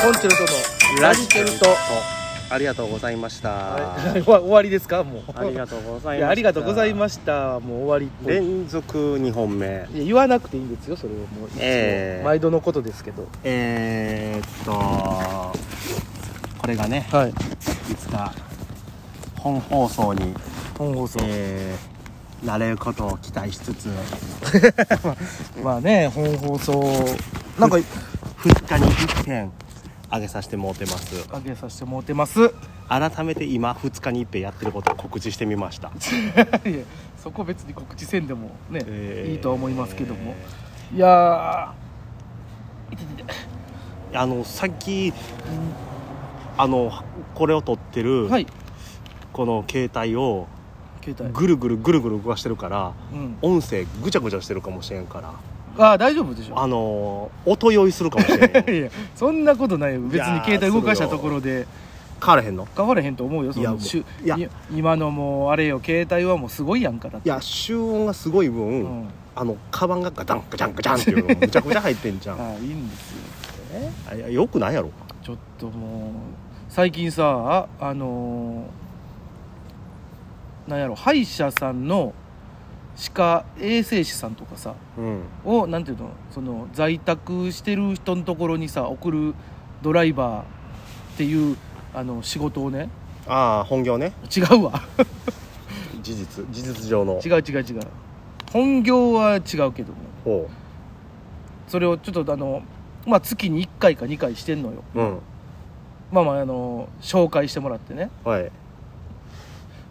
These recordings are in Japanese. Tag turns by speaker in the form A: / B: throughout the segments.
A: コンチェルトのラジチェルト。
B: ありがとうございま した。
A: はい 終わりですかもう。
B: ありがとうございまし
A: い
B: た。
A: やありがとうございました。もう終わりっぽい。
B: 連続2本目。
A: いや言わなくていいんですよそれをもういつも、
B: ええ
A: 毎度のことですけど
B: えー、っと、これがね、
A: はい
B: いつか本放送に、
A: 本放送、
B: えーなれることを期待しつつ、
A: まあね本放送なんか
B: 2日に1編上げさせてもらってます。
A: 上げさせてもらってます い
B: 改めて今、2日に1編やってることを告知してみました。
A: やそこ別に告知せんでもね、
B: えー
A: いいとは思いますけども、いや
B: あのさっきあのこれを撮ってる、
A: ーはい
B: この携帯を
A: 携帯、
B: ぐるぐるぐるぐる動かしてるから
A: うん、
B: 音声ぐちゃぐちゃしてるかもしれんから
A: ああ大丈夫でしょ
B: あの音酔いするかもしれんよ
A: いやそんなことないよ別
B: いや
A: に
B: ー
A: 携帯動かしたところで
B: 変わらへんの
A: 変わらへんと思うよそ
B: いや
A: の
B: もう
A: しゅ
B: いや
A: い今のもうあれよ携帯はもうすごいやんかだっ
B: い
A: て
B: や集音がすごい分、
A: うん、
B: あのカバンがガタンガチャンガチャンっていうのぐちゃぐちゃ入ってんじゃん
A: ああいいんですよえ
B: あいやよくないやろ
A: ちょっともう最近さあのーなんやろ歯医者さんの歯科衛生士さんとかさ
B: うん
A: をなんていうのその在宅してる人のところにさ送るドライバーっていうあの仕事をね
B: ああ本業ね
A: 違うわ
B: 事実事実上の
A: 違う違う違う本業は違うけども
B: ほ
A: それをちょっとあのまあ月に1回か2回してんのよ
B: ううん
A: まあまああの紹介してもらってね
B: はい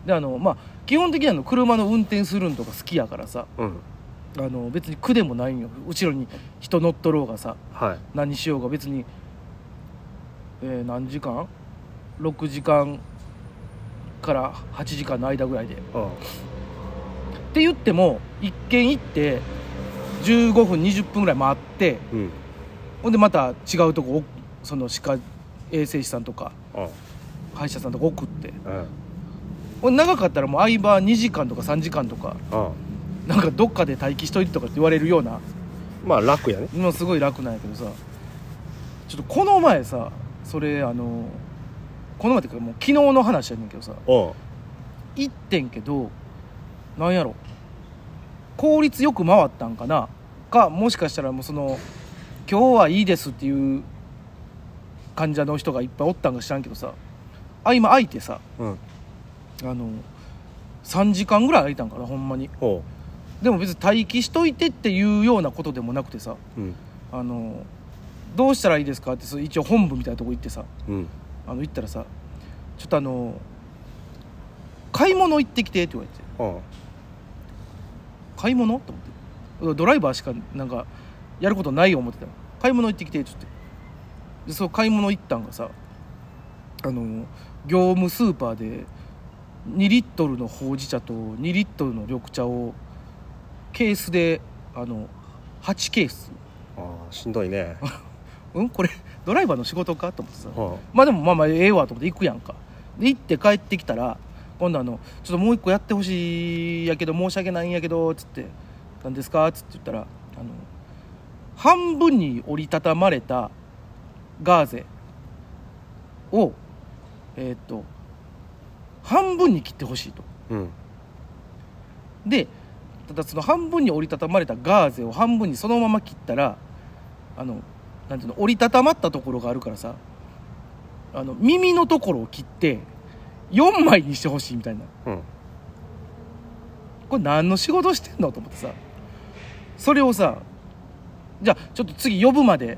A: であのまあ基本的にあの車の運転するんとか好きやからさ
B: うん
A: あの別に苦でもないんよ後ろに人乗っとろうがさ
B: はい
A: 何しようが別に、えー何時間 ?6 時間から8時間の間ぐらいでっ
B: うん
A: て言っても一軒行って15分20分ぐらい回って
B: うん
A: ほんでまた違うとこおその歯科衛生士さんとか
B: うん
A: 歯医者さんとか送って
B: うん
A: ほんで長かったらもう相場2時間とか3時間とか
B: うん
A: なんかどっかで待機しといてとかって言われるような
B: まあ楽やね
A: 今すごい楽なんやけどさちょっとこの前さそれあのこの前っていうかもう昨日の話やねんけどさ
B: うん
A: 行ってんけどなんやろ効率よく回ったんかなかもしかしたらもうその今日はいいですっていう患者の人がいっぱいおったんか知らんけどさあ今空いてさ
B: うん
A: あの3時間ぐらい空いたんかなほんまに
B: ほ
A: でも別に待機しといてっていうようなことでもなくてさ
B: ううん
A: あのどうしたらいいですかってそう一応本部みたいなとこ行ってさ
B: うん
A: あの行ったらさちょっとあの買い物行ってきてって言われて
B: うん
A: 買い物と思ってドライバーしかなんかやることない思ってたの買い物行ってきてって言ってでそう買い物行ったんがさあの業務スーパーで2リットルのほうじ茶と2リットルの緑茶をケースであの8ケース
B: ああしんど いね
A: うんこれドライバーの仕事かと思ってさ
B: うん
A: まあでもまあまあええわと思って行くやんかで行って帰ってきたら今度あのちょっともう一個やってほしいやけど申し訳ないんやけどつって「何ですか?」つって言ったらあの半分に折りたたまれたガーゼをえーっと半分に切ってほしいと
B: うん
A: でただその半分に折りたたまれたガーゼを半分にそのまま切ったらあのなんていうの折りたたまったところがあるからさあの耳のところを切って4枚にしてほしいみたいな
B: うん
A: これ何の仕事してんのと思ってさそれをさじゃあちょっと次呼ぶまで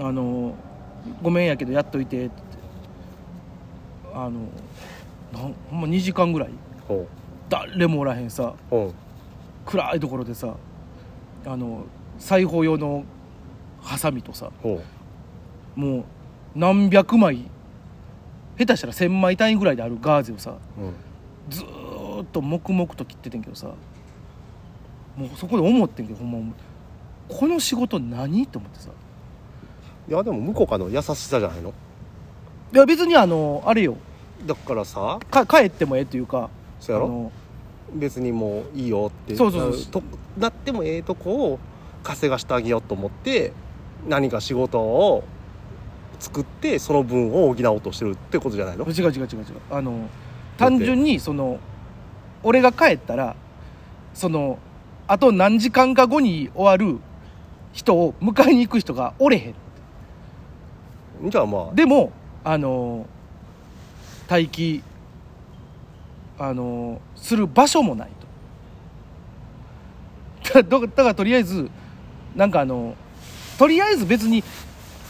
A: あのごめんやけどやっといてってあのなんほんま2時間ぐらい
B: ほ
A: 誰もおらへんさ
B: うほ
A: 暗いところでさあの裁縫用のハサミとさ
B: うほ
A: もう何百枚下手したら1,000枚単位ぐらいであるガーゼをさ
B: ううん
A: ずーっと黙々と切っててんけどさもうそこで思ってんけどほんま思うこの仕事何と思ってさ
B: いやでも向こうからの優しさじゃないの
A: いや別にあのあれよ
B: だからさ
A: か帰ってもええというか
B: そうや
A: あ
B: ろ
A: の
B: 別にもういいよって
A: そうそうそう
B: となってもええとこを稼がしてあげようと思って何か仕事を作ってその分を補おうとしてるってことじゃないの
A: 違う違う違う違うあの単純にその俺が帰ったらそのあと何時間か後に終わる人を迎えに行く人がおれへん
B: じゃあまあ
A: でもあの待機あのする場所もないとだだだからとりあえずなんかあのとりあえず別に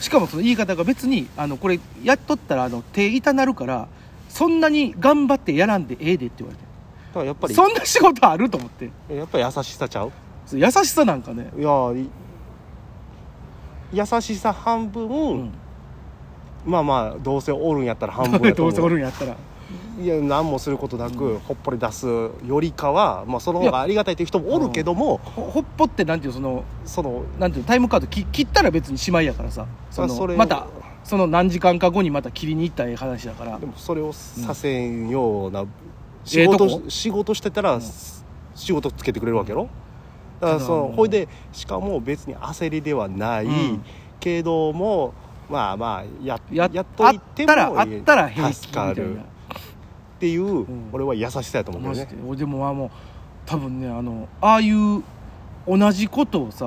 A: しかもその言い方が別にあのこれやっとったらあの手痛なるからそんなに頑張ってやらんでええでって言われて
B: だからやっぱり
A: そんな仕事あると思って
B: やっぱり優しさちゃう
A: 優しさなんかね、
B: いやーい優しさ半分、
A: うん、
B: まあまあどうせおるんやったら半分やと
A: ど
B: 思
A: う
B: う
A: せおるんやったら
B: いや何もすることなく、
A: うん
B: ほっぽり出すよりかは、まあ、その方がありがたいという人もおるけども、
A: ほほっぽってなんていうその
B: その
A: なんていうのタイムカードき切ったら別にしまいやからさその
B: それを
A: またその何時間か後にまた切りに行ったらええ話だから
B: でもそれをさせんような、
A: え
B: 仕
A: えと
B: 事
A: こ
B: 仕事してたら、
A: うん
B: 仕事つけてくれるわけやろだからその、
A: うん
B: ほいでしかも別に焦りではない、
A: うん
B: けどもまあまあや
A: や
B: やっ
A: あ
B: とい
A: ってたらあ
B: も
A: ったら平気み
B: 助
A: た
B: か
A: い
B: る
A: な
B: っていう、
A: ん
B: 俺は優しさやと思う
A: マ
B: け
A: ジ
B: ど
A: で
B: ね
A: 俺でもまあもう多分ねあのああいう同じことをさ、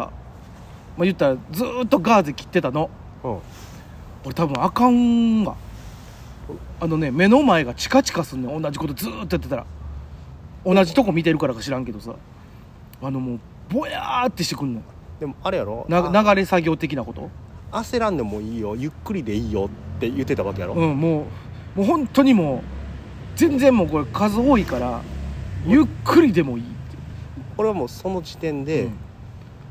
A: まあ、言ったらずーっとガーゼ切ってたの
B: うん
A: 俺多分あかんわあのね目の前がチカチカすんねん同じことずーっとやってたら同じとこ見てるからか知らんけどさあのもうぼやーってしてくんの
B: でもあれやろ
A: な
B: あ
A: 流れ作業的なこと
B: 焦らんでもいいよゆっくりでいいよって言ってたわけやろ、
A: うんもうもう本当にもう全然もうこれ数多いからゆっくりでもいいっ
B: 俺はもうその時点
A: て
B: で、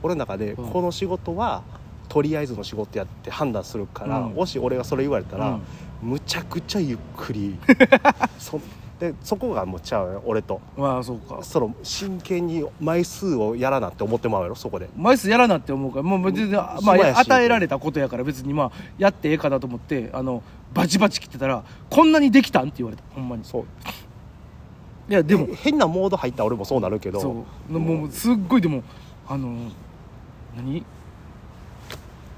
B: 俺の中で
A: うん
B: この仕事はとりあえずの仕事やって判断するから、
A: うん
B: もし俺がそれ言われたら、
A: うん
B: むちゃくちゃゆっ くりそでそこがもうちゃうよ俺と
A: まあそうか
B: その真剣に枚数をやらなって思ってまうやろそこで
A: 枚数やらなって思うからもう全然、ま
B: 暇や
A: あ、
B: し
A: 与えられたことやから別にまあやってええかなと思ってあのバチバチ切ってたら「こんなにできたん?」って言われたほんまに
B: そう
A: いやでも
B: へ変なモード入ったら俺もそうなるけど
A: そうもうすっごいでもあの何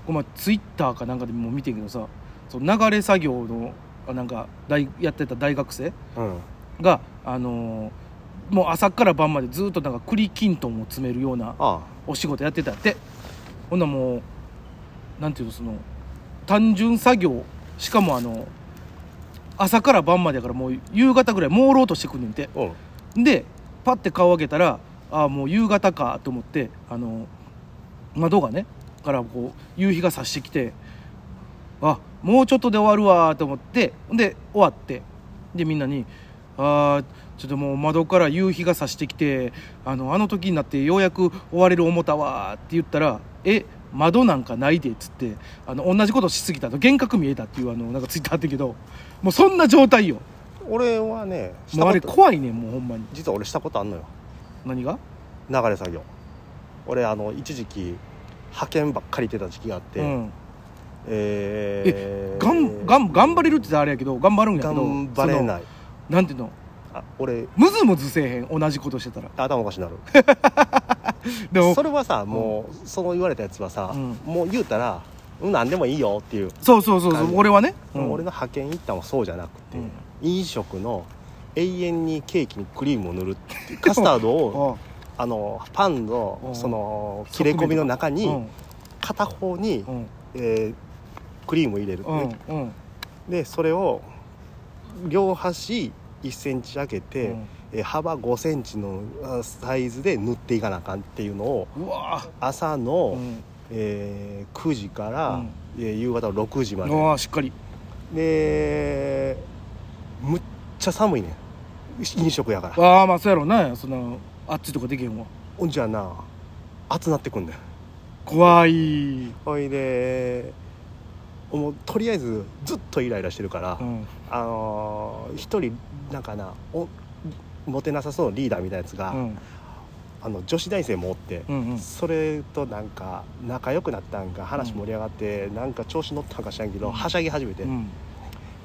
A: お前ツイッターかなんかでも見てんけどさその流れ作業のあなんか大やってた大学生
B: うん
A: があのーもう朝から晩までずっとなんか栗きんとんを詰めるような
B: あ
A: お仕事やってたってほんなもうなんていうのその単純作業しかもあの朝から晩までやからもう夕方ぐらい朦朧としてくんねんて
B: あうん
A: でパッて顔上げたらああもう夕方かと思ってあの窓がねからこう夕日が差してきてあもうちょっとで終わるわと思ってで終わってでみんなに「あーちょっともう窓から夕日が差してきてあのあの時になってようやく終われる思たわ」って言ったら「え窓なんかないで」っつってあの同じことしすぎたと幻覚見えたっていうあのなんかツイッターあったけどもうそんな状態よ
B: 俺はねし
A: もうあ
B: たこ
A: れ
B: と
A: 怖いねんもうほんまに
B: 実は俺したことあんのよ
A: 何が
B: 流れ作業俺あの一時期派遣ばっかり行ってた時期があって、
A: うん、
B: えー
A: がんがん頑張れるって言ったらあれやけど頑張るんやけど
B: 頑張れない
A: そのなんていうの
B: あ俺
A: ムズムズせえへん同じことしてたら
B: 頭おか しなる
A: でも
B: それはさもう、その言われたやつはさ、
A: うん
B: もう言うたらうん何でもいいよっていう、
A: そうそうそうそう俺はね、うん
B: 俺の派遣行ったんはそうじゃなくて、
A: うん
B: 飲食の永遠にケーキにクリームを塗るっていうカスタード を
A: あ
B: あのパン
A: う
B: の
A: ん
B: その切れ込みの中
A: う
B: に
A: ん
B: 片方に、
A: うん
B: えークリームを入れる、
A: うんうん
B: でそれを両端1センチ開けて、
A: うん
B: えー幅5センチのあサイズで塗っていかなあかんっていうのを
A: うわぁ
B: 朝
A: う
B: の、
A: ん
B: えー9時から、
A: うん
B: えー夕方の6時ま
A: うわぁしっかり
B: ででむっちゃ寒いねん飲食やから
A: ああまあそうやろうなそんなあっちとかできへんわ
B: ほんじゃな暑なってくんだよ
A: 怖い、
B: ほいでもうとりあえずずっとイライラしてるから、
A: うん、
B: あのー一人なんかなおモテなさそうなリーダーみたいなやつが、
A: うん
B: あの女子大生もおって、
A: うんうん
B: それとなんか仲良くなったんか話盛り上がって、なんか調子乗ったんか知らんけど、
A: うん
B: はしゃぎ始めて、
A: うん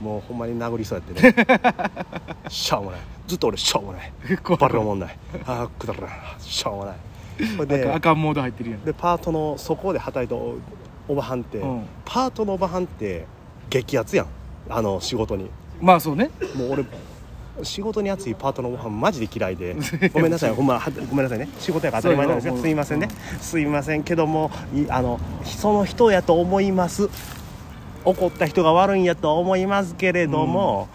B: もうほんまに殴りそうやってね しょうもないずっと俺しょうもない
A: 怖い
B: バルおもんないああくだらんしょうもないほい
A: なんかあ
B: で
A: かんモード入ってるやん
B: でパートのそこで働いたおおばはんって、
A: うん
B: パートのおばはんって激アツやんあの仕事に
A: まあそうね
B: もう俺仕事に熱いパートのご飯マジで嫌いでごめんなさいほんまはごめんなさいね仕事やから当たり前なんですよ
A: そうよ
B: すいませんねすいませんけどもいあのその人やと思います怒った人が悪いんやと思いますけれども、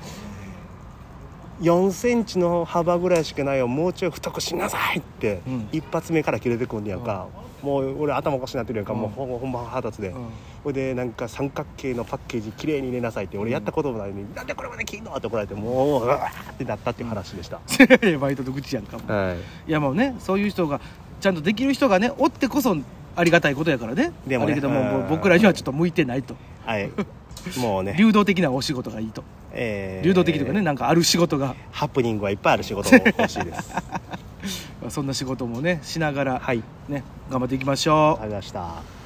B: 4センチの幅ぐらいしかないよもうちょい太くしなさいって、
A: うん
B: 一発目から切れてくんねやんか、もう俺頭おかしなってるやんか、もうほんほんま腹立つで、
A: うん
B: ほいでなんか三角形のパッケージ綺麗に入れなさいって俺やったこともないのに、なんでこれまで切んのって怒られてもううわーってなったっていう話でした、
A: いやバイトと愚痴やんかも
B: はい
A: やもうねそういう人がちゃんとできる人がねおってこそありがたいことやからね
B: でもね
A: あれけども
B: うん
A: もう僕らにはちょっと向いてないと
B: い、はい、もうね、
A: 流動的なお仕事がいいと
B: えー
A: 流動的とかねなんかある仕事が
B: ハプニングはいっぱいある仕事も欲しいで すはい
A: そんな仕事もねしながら
B: ありがとう
A: ね頑張っていきましょう
B: ございました